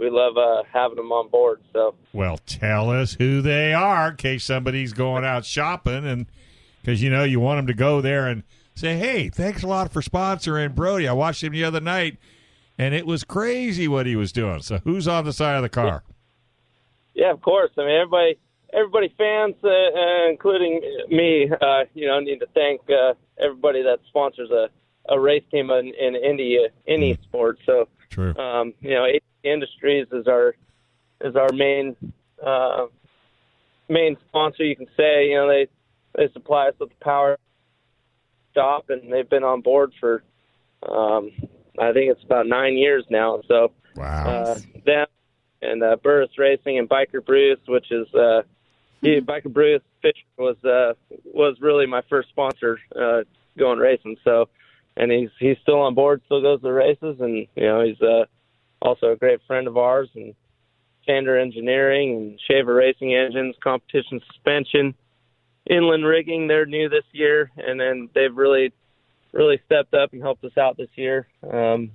we love uh, having them on board. So Well, tell us who they are in case somebody's going out shopping and because you know you want them to go there and say, "Hey, thanks a lot for sponsoring Brody. I watched him the other night, and it was crazy what he was doing." So, who's on the side of the car? Yeah, of course. I mean, everybody, everybody, fans, uh, uh, including me, uh, you know, need to thank uh, everybody that sponsors a, a race team in, in India, any sport. So, True. um, you know, AT Industries is our is our main uh, main sponsor. You can say, you know, they they supply us with the power shop, and they've been on board for, um, I think it's about nine years now. So, Wow. uh, them and uh, Burris Racing and Biker Bruce, which is uh, he, Biker Bruce Fisher was uh, was really my first sponsor uh, going racing. So, and he's he's still on board, still goes to the races, and you know he's uh, also a great friend of ours and Sander Engineering and Shaver Racing Engines, Competition Suspension, Inland Rigging. They're new this year, and then they've really really stepped up and helped us out this year. Um,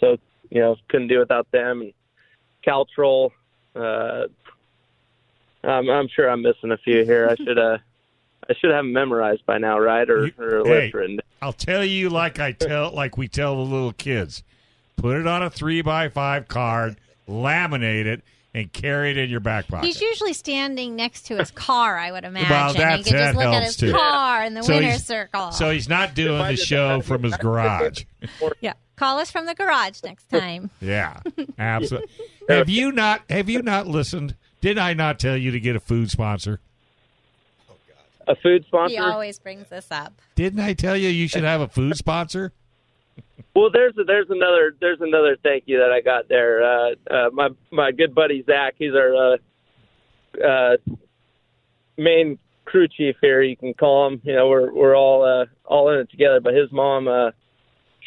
so you know couldn't do without them and Caltrol. Uh, I'm, I'm sure I'm missing a few here. I should uh, I should have them memorized by now, right? Or, You- or hey. list written. I'll tell you like I tell like we tell the little kids. Put it on a three by five card, laminate it, and carry it in your back pocket. He's usually standing next to his car, I would imagine. that- you can that just look at helps his too. car in the So winner's he's- circle. so he's not doing the show from his garage. yeah. Call us from the garage next time. Yeah, absolutely. Uh, have you not? Have you not listened? Did I not tell you to get a food sponsor? A food sponsor. he always brings this up. Didn't I tell you you should have a food sponsor? Well, there's there's another there's another thank you that I got there. Uh, uh, my my good buddy Zach, he's our uh, uh, main crew chief here. You can call him. You know, we're we're all uh, all in it together. But his mom, uh,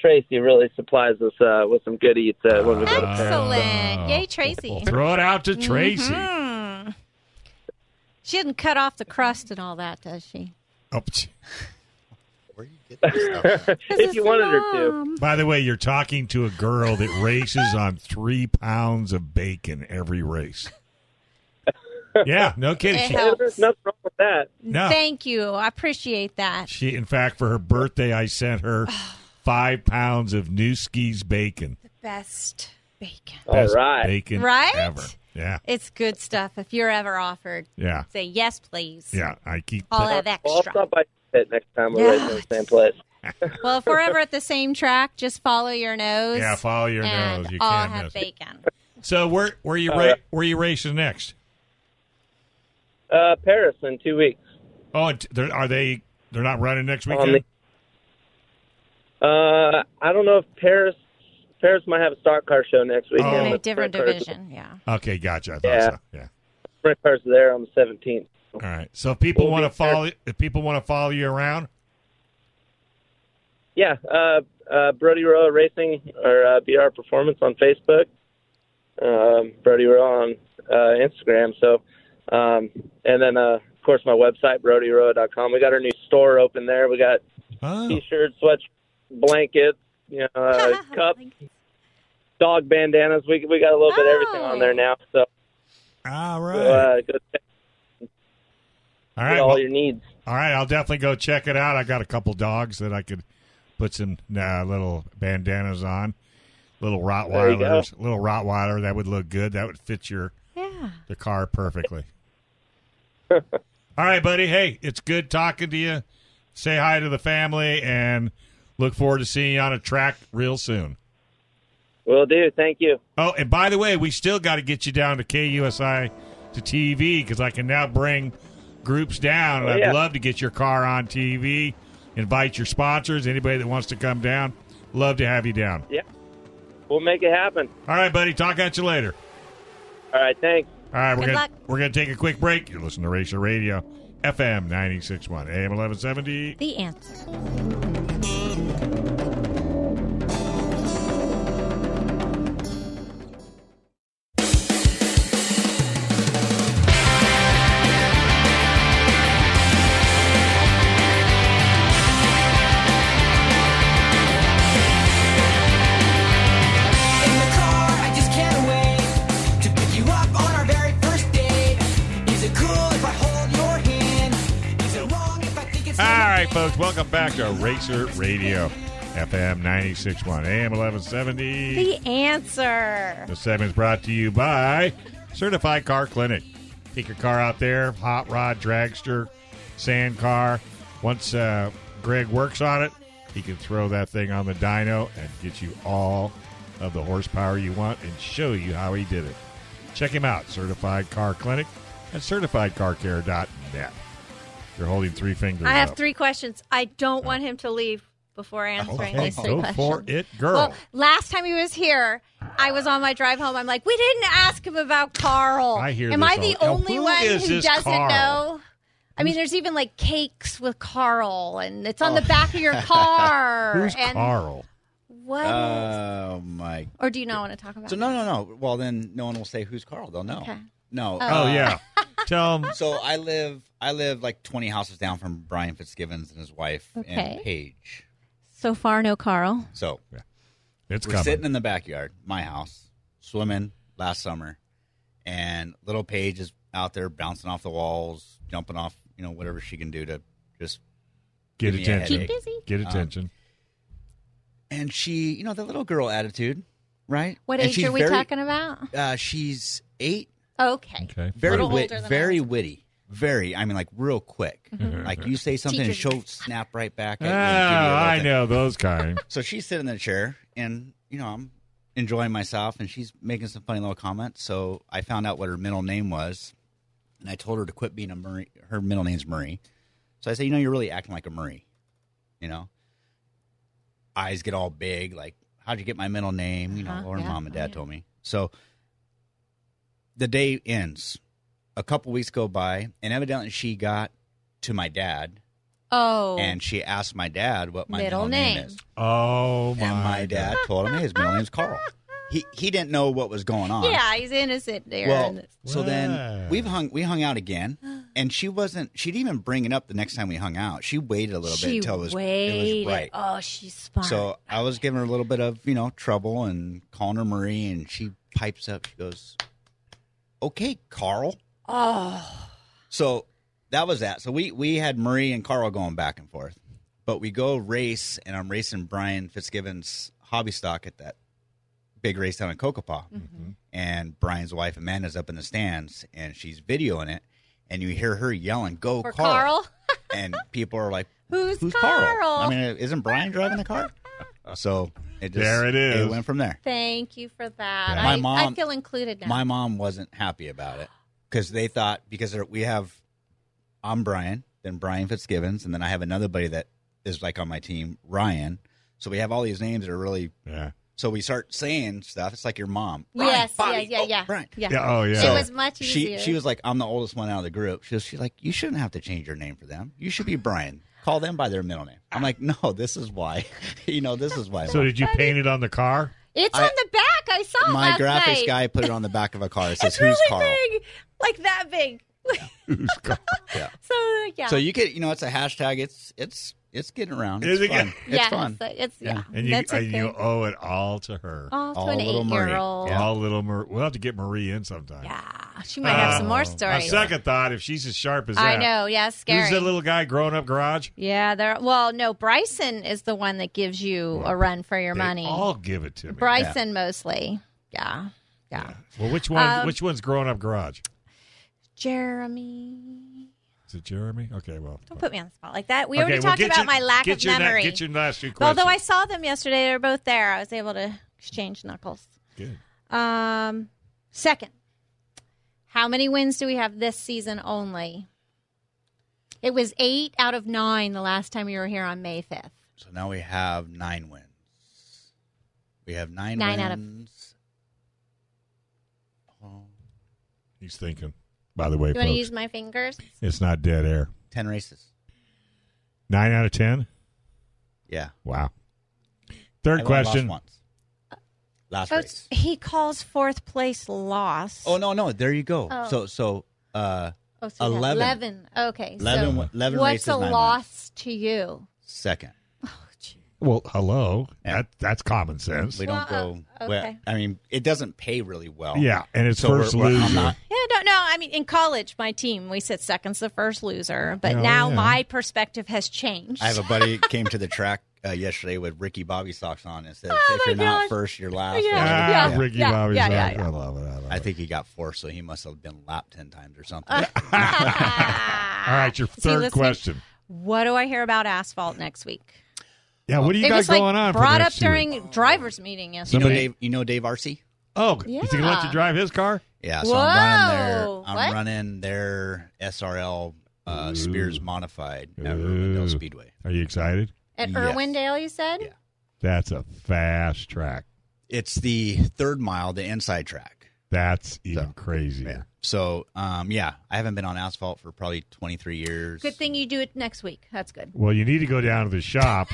Tracy, really supplies us uh, with some good eats uh, when we go to Paris. Excellent. Yay, Tracy. Mm-hmm. Throw it out to Tracy. Oh, Hmm. She didn't cut off the crust and all that, does she? Oh, psh. Where you get this stuff? If you wanted her to, by the way, you're talking to a girl that races on three pounds of bacon every race. Yeah, no kidding. It She- helps. there's nothing wrong with that. no, Thank you. I appreciate that. She, in fact, for her birthday, I sent her five pounds of Newski's bacon. Best bacon. All Best right. bacon Right? ever. Yeah, It's good stuff. If you're ever offered, yeah, say yes, please. yeah. I keep. I'll have Well, I'll extra. stop by it next time we're Yeah. racing in the same place. Well, if we're ever at the same track, just follow your nose. yeah, follow your and nose. You I'll can't have miss. bacon. So where where you ra- All right. where you racing next? Uh, Paris in two weeks. Oh, and t- they're, are they? They're not running next On weekend. Uh, I don't know if Paris Paris might have a stock car show next weekend. Oh. In a but different sprint cars- division, yeah. okay, gotcha. I thought Yeah. so. Yeah. Sprint cars are there on the seventeenth. All right. So if people We'll want to be there. follow, if people want to follow you around, Yeah, uh, uh, Brody Roa Racing or uh, BR Performance on Facebook, um, Brody Roa on uh, Instagram. So, um, and then uh, of course my website brodyroa.com. We got our new store open there. We got Oh, t-shirts, sweats, blankets, you know, uh, cups, dog bandanas. We we got a little bit of everything on there now. So all right. uh, go check out all right. all well- your needs. All right, I'll definitely go check it out. I got a couple dogs that I could put some uh, little bandanas on, little you go. Rottweilers, little Rottweiler that would look good. That would fit your Yeah. the car perfectly. All right, buddy. Hey, it's good talking to you. Say hi to the family and look forward to seeing you on a track real soon. Will do. Thank you. Oh, and by the way, we still got to get you down to KUSI to TV because I can now bring groups down. And Oh, I'd yeah. love to get your car on TV. Invite your sponsors, anybody that wants to come down. Love to have you down. We'll make it happen. All right, buddy. Talk at you later. All right. Thanks. All right, we're Good gonna luck. we're gonna take a quick break. You're listening to Racer Radio, FM 96.1, AM eleven seventy. The answer. In the car, I just can't wait to pick you up on our very first date. Is it cool if I hold your hand? Is it wrong if I think it's All right, folks, welcome back to Racer Radio, FM 96.1, AM eleven seventy. The answer. The segment is brought to you by Certified Car Clinic. Take your car out there, hot rod, dragster, sand car. Once uh, Greg works on it, he can throw that thing on the dyno and get you all of the horsepower you want and show you how he did it. Check him out, Certified Car Clinic at certifiedcarcare.net. You're holding three fingers. I have up. three questions. I don't want him to leave before answering Okay, these three go questions. for it, girl. Well, last time he was here, I was on my drive home. I'm like, we didn't ask him about Carl. I hear Am this I all- the Now, only who one is who this doesn't Carl? know? I mean, there's even like cakes with Carl, and it's on the back of your car. Oh. Who's and Carl? What? Oh my! or do you not want to talk about? So it? no, no, no. Well, then no one will say who's Carl. They'll know. Okay. No. Oh, yeah. Tell him. So I live, I live like twenty houses down from Brian Fitzgibbons and his wife Okay. and Paige. So far, no Carl. So It's we're coming. sitting in the backyard, my house, swimming last summer, and little Paige is out there bouncing off the walls, jumping off, you know, whatever she can do to just Get Give me a attention. headache. Keep busy. Get attention. and she, you know, the little girl attitude, right? What And age she's are we very- talking about? Uh, she's eight. Um, Okay. okay. Very Little wit, older than Mm-hmm. very I witty, very. I mean, like real quick. Like you say something, and she'll snap right back. At you Oh, and give you a little I thing. know those kind. So she's sitting in the chair, and you know I'm enjoying myself, and she's making some funny little comments. So I found out what her middle name was, and I told her to quit being a Murray. Her middle name's Murray. So I say, you know, you're really acting like a Murray. You know, eyes get all big. Like, how'd you get my middle name? You know, Uh-huh, or yeah, mom and oh, dad yeah. told me. So the day ends. A couple weeks go by, and evidently she got to my dad, Oh. and she asked my dad what my Middle middle, name. name. is Oh my! and my dad told him, "Hey, his middle name's Carl." He he didn't know what was going on. yeah, he's innocent there. Well, And it's- so Wow. then we've hung we hung out again, and she wasn't. She didn't even bring it up the next time we hung out. She waited a little bit she until it was, waited. it was right. Oh, she's smart. So I was giving her a little bit of you know trouble and calling her Marie, and she pipes up. She goes, "Okay, Carl." oh, So that was that. So we we had Murray and Carl going back and forth, but we go race, and I'm racing Brian Fitzgibbons Hobby Stock at that big race down in Kokopah, Mm-hmm. and Brian's wife Amanda's up in the stands, and she's videoing it, and you hear her yelling, "Go for Carl!" Carl. and people are like, Who's, "Who's Carl? Carl? I mean, isn't Brian driving the car?" So it just, There it is. It went from there. Thank you for that. Yeah. I, My mom- I feel included now. My mom wasn't happy about it because they thought because there- we have I'm Brian, then Brian Fitzgibbons, and then I have another buddy that is like on my team, Ryan. So we have all these names that are really. Yeah. So we start saying stuff. It's like your mom. Brian, yes, Bobby, yeah, yeah, oh, yeah, Brian. yeah. Yeah. Oh yeah. It So was much She easier. she was like, I'm the oldest one out of the group. She was, she's like, you shouldn't have to change your name for them. You should be Brian. Call them by their middle name. I'm like, no, this is why. you know, this is why. So did you paint it on the car? It's I- on the back. I saw it my last graphics night. guy put it on the back of a car. It says, Oh, It's really "Who's Carl?" big, like that big. Who's gone? So yeah. So you get, you know, it's a hashtag. It's it's it's getting around. Is It's it fun. good? It's yeah, fun. so uh, it's yeah. Yeah. And you, That's Oh. and okay. you owe it all to her. all to all an little Marie. eight-year-old. All little Marie. We'll have to get Marie in sometime. Yeah, she might have some more On stories. second thought, if she's as sharp as that. I know. Yeah, scary. Who's that little guy growing up garage? yeah, there. Well, no, Bryson is the one that gives you a run for your They money. all give it to me. Bryson mostly. Yeah. yeah, Well, which one? Um, which one's growing up garage? Jeremy. Is it Jeremy? Okay, well. Don't put me on the spot like that. We okay, already well, talked get about your- my lack get of your na- memory. get your last two questions. Although I saw them yesterday, they were both there. I was able to exchange knuckles. Good. Um, second, how many wins do we have this season only? It was eight out of nine the last time we were here on May 5th. So now we have nine wins. We have nine, Nine out of- wins. Oh, He's thinking. By the way, You want folks, to use my fingers? it's not dead air. ten races. Nine out of ten. Yeah. Wow. I've Third only question. Lost once. Last Oh, it's- race. he calls fourth place loss. Oh no, no. There you go. Oh. So so uh Oh, so you have 11. 11. Okay. Eleven so wi- eleven what's races, a nine wins. loss to you? second. Well, hello. Yeah. That that's common sense. We don't Well, go. uh, well, okay. I mean, it doesn't pay really well. Yeah, and it's So we're- first we're- I'm loser. not- Yeah, no, no. I mean, in college, my team, we said second's the first loser. But Oh, now yeah. my perspective has changed. I have a buddy came to the track uh, yesterday with Ricky Bobby socks on and said, Oh, "If my you're not gosh. first, you're last." Yeah. whatever. Ah, Yeah. Ricky Yeah. Bobby's Yeah, on. yeah, yeah. I love it. I love it. I think he got fourth, so he must have been lapped ten times or something. Uh. All right, your Is he third listening? question. What do I hear about asphalt next week? Yeah, what do you it got was like going on? for brought up next year? during driver's meeting you yesterday. know Somebody- Dave. You know Dave Arcee? Oh, is he going to let you Yeah. drive his car? Yeah. So I'm running Whoa, their. I'm what? running their SRL uh, Spears Modified at Ooh. Irwindale Speedway. Are you excited? At Yes. Irwindale, you said? Yeah. That's a fast track. It's the third mile, the inside track. That's even crazier. So, um, yeah, I haven't been on asphalt for probably 23 years. Good thing you do it next week. That's good. Well, you need to go down to the shop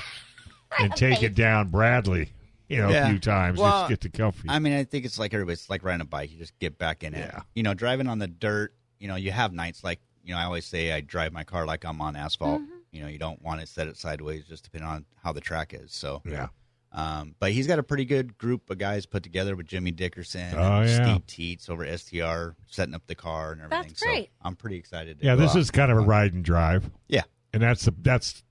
and take it down Bradley, you know, a Yeah. few times Well, just get to comfy. I mean, I think it's like everybody. It's like riding a bike. You just get back in Yeah. it. You know, driving on the dirt. You know, you have nights like you know. I always say I drive my car like I'm on asphalt. Mm-hmm. You know, you don't want to set it sideways, just depending on how the track is. So, yeah. um, but he's got a pretty good group of guys put together with Jimmy Dickerson, Oh, and yeah. Steve Teets over at STR, setting up the car and everything. That's great. So I'm pretty excited. To Yeah, go this out. uh, is kind of a uh, ride and drive. Yeah. And that's the that's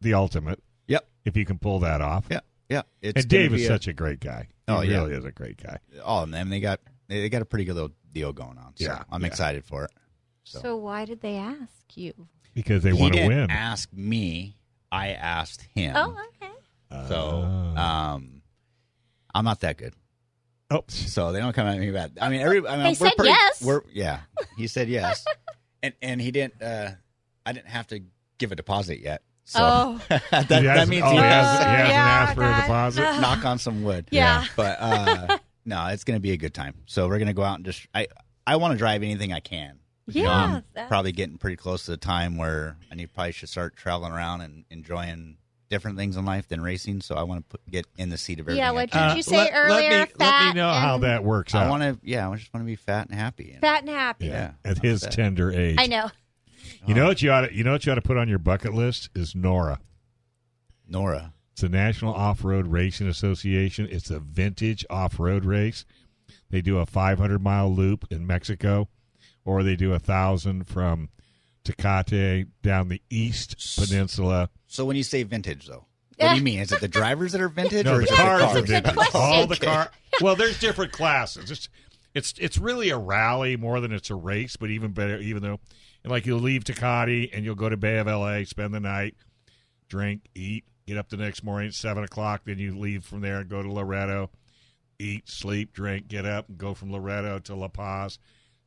the ultimate Yep. if you can pull that off. Yeah. Yeah. It's and Dave gonna is be a- such a great guy. He Oh, yeah. really is a great guy. Oh, and then they got they they got a pretty good little deal going on. So Yeah, I'm yeah. excited for it. So, why did they ask you? Because they he want to didn't win. ask me. I asked him. Oh, okay. So um, I'm not that good. uh, Oh, So they don't come at me bad. I mean, every I mean, They we're said pretty, yes. We're, yeah, he said yes, and and he didn't. Uh, I didn't have to give a deposit yet. So Oh. that, he that hasn't- means oh, he he has hasn't, he hasn't yeah, asked for a God. deposit. knock on some wood. Oh, Yeah. But uh, no, it's going to be a good time. So we're going to go out and just I I want to drive anything I can. You know, Yeah, I'm that's- probably getting pretty close to the time where I need probably should start traveling around and enjoying different things in life than racing. So I want to put, get in the seat of everything. Yeah, I what can. did Uh, you say let, earlier? Let me, let me Fat know how and- that works out. I want to. Yeah, I just want to be fat and happy. and- Fat and happy. Yeah. at his That's it. tender age. I know. You know what you ought to, you know what you ought to put on your bucket list is Nora. Nora. It's the National Off Road Racing Association. It's a vintage off road race. They do a 500 mile loop in Mexico, or they do a thousand from Tecate down the East Peninsula. So when you say vintage, though, what do you mean? Is it the drivers that are vintage, No, or the is it the cars cars? are vintage. question. All the car. Well, there's different classes. It's it's it's really a rally more than it's a race, but even better, even though, and like you'll leave Tecate and you'll go to Bay of L.A., spend the night, drink, eat, get up the next morning at seven o'clock. Then you leave from there and go to Loretto, eat, sleep, drink, get up, and go from Loretto to La Paz,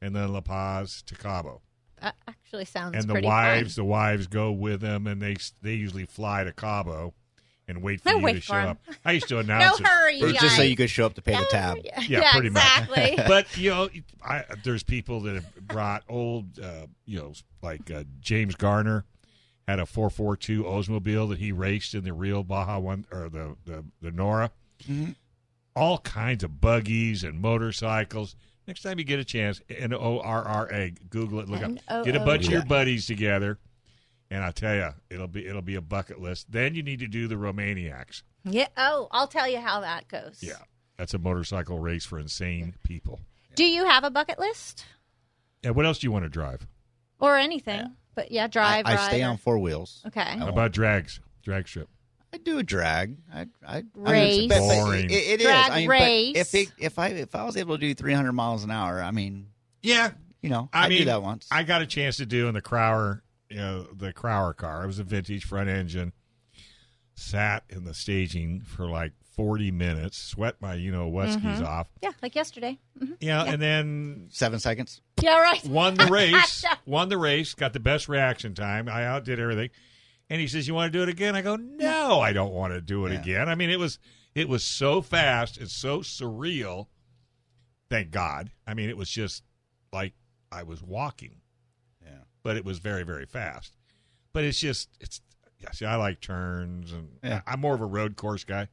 and then La Paz to Cabo. That actually sounds and the pretty wives, fun. the wives go with them, and they they usually fly to Cabo. And wait for No, you wait to for show 'em. up. I used to No announce it. hurry, Or guys. just so you could show up to pay the tab. Yeah, Yeah, pretty much. exactly. but you know, I, there's people that have brought old, uh, you know, like uh, James Garner had a 442 Oldsmobile that he raced in the real Baja one or the the, the Nora. All kinds of buggies and motorcycles. Next time you get a chance, N O R R A, Google it, look up. Get a N-O-O-R-R-A. bunch of your buddies together, and I tell you, it'll be it'll be a bucket list. Then you need to do the Romaniacs. Yeah. Oh, I'll tell you how that goes. Yeah, that's a motorcycle race for insane people. Do you have a bucket list And what else do you want to drive? or anything? But yeah, drive. I, I ride, stay or- on four wheels. Okay. How about drags? Drag strip. I do a drag. I, I Race. I mean, but- but Boring. It, it is. Drag I mean, but race. If it, if I if I was able to do 300 miles an hour, I mean, Yeah, you know, I, I, mean, do that once. I got a chance to do in the Crower, you know, the Crower car. It was a vintage front engine. Sat in the staging for like forty minutes, sweat my you know whatskis off. Yeah, like yesterday. Mhm. Yeah, and then Seven seconds. Yeah, right. won the race. won the race. Got the best reaction time. I outdid everything. And he says, "You want to do it again?" I go, "No, I don't want to do it Yeah. again." I mean, it was it was so fast and so surreal. Thank God. I mean, it was just like I was walking Yeah. but it was very very fast. But it's just it's yeah. See, I like turns, and Yeah. I'm more of a road course guy.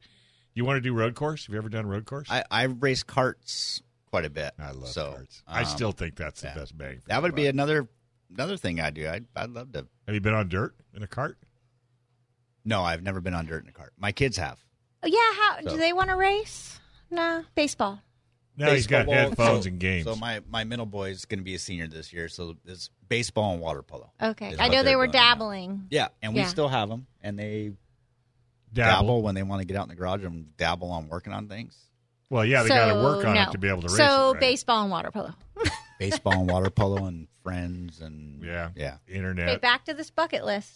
You want to do road course? Have you ever done road course? I I race carts quite a bit. I love so, carts. I um, still think that's the yeah. best bang. for that would the be buck. another another thing I do. I I'd love to. Have you been on dirt in a cart? No, I've never been on dirt in a cart. My kids have. Oh, yeah. How So- do they want to race? No, baseball. No, he's got Baseball, headphones so- and games. So my my middle boy is going to be a senior this year. So it's baseball and water polo. Okay. Is I what know they they're were doing right now. dabbling. Yeah, and Oh. Yeah. we still have them, and they dabble. Dabble. when they want to get out in the garage and dabble on working on things. Well, yeah, they so, got to work on no. it to be able to race. So it, right? baseball and water polo. Baseball and water polo and friends and Yeah. yeah. internet. Okay, back to this bucket list.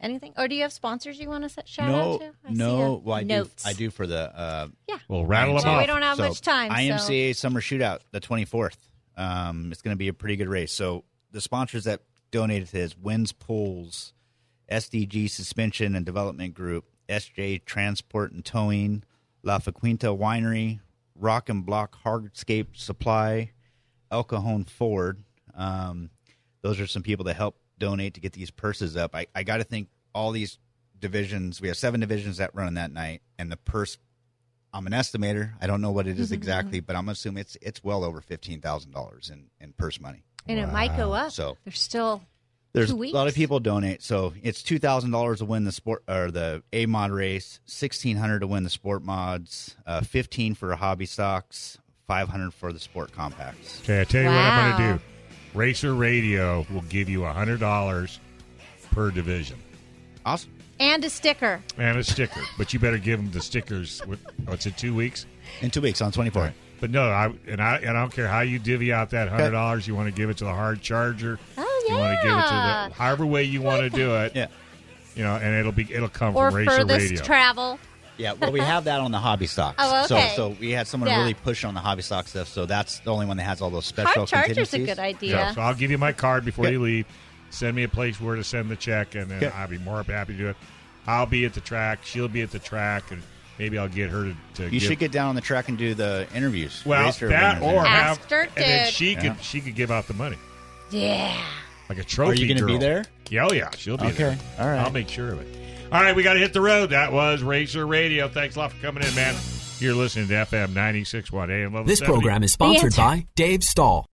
Anything? Or do you have sponsors you want to set, shout no, out to? I see no. a- Well, I notes. do. I do for the. Uh, Well, rattle them Well, we off. don't have so much time, so- IMCA Summer Shootout the twenty fourth. Um, it's going to be a pretty good race. So the sponsors that donated to this Winds Pools, SDG Suspension and Development Group, SJ Transport and Towing, La Faquinta Winery, Rock and Block Hardscape Supply, El Cajon Ford. Um, those are some people that help donate to get these purses up. I, I got to think all these divisions, we have seven divisions that run that night, and the purse, I'm an estimator. I don't know what Mm-hmm, it is exactly, but I'm assuming it's it's well over $15,000 in, in purse money. And it might go up. So- There's still. There's Two a lot weeks. of people donate, so it's two thousand dollars to win the sport or the A mod race, sixteen hundred to win the sport mods, uh, fifteen for hobby stocks, five hundred for the sport compacts. Okay, I tell you what I'm going Wow. to do. Racer Radio will give you hundred dollars per division. Awesome. And a sticker. and a sticker. but you better give them the stickers. With, oh, it's in two weeks. In two weeks on twenty four. But no, I and I and I don't care how you divvy out that hundred dollars. You want to give it to the hard charger. Oh, You want to give it yeah. to the however way you want to do it. Yeah. You know, and it'll be it'll come Or from Racer furthest Radio. travel. Yeah, well, we have that on the hobby stocks. Oh, okay. So, so we had someone Yeah. really push on the hobby stock stuff. So that's the only one that has all those special. Hard charger's a contingencies. good idea. Yeah, So I'll give you my card before Okay. you leave. Send me a place where to send the check, and then Okay. I'll be more happy to do it. I'll be at the track. She'll be at the track, and maybe I'll get her to. to You give, should get down on the track and do the interviews. well Racer that winners. or have Ask her, and then dude. she Yeah. could she could give out the money. Yeah. like a are trophy. you going to be girl. there? Yeah, oh yeah, she'll be Okay, there. all right. I'll make sure of it. All right, we got to hit the road. That was Racer Radio. Thanks a lot for coming in, man. You're listening to FM 96.1 AM. This program is sponsored by Dave Stahl.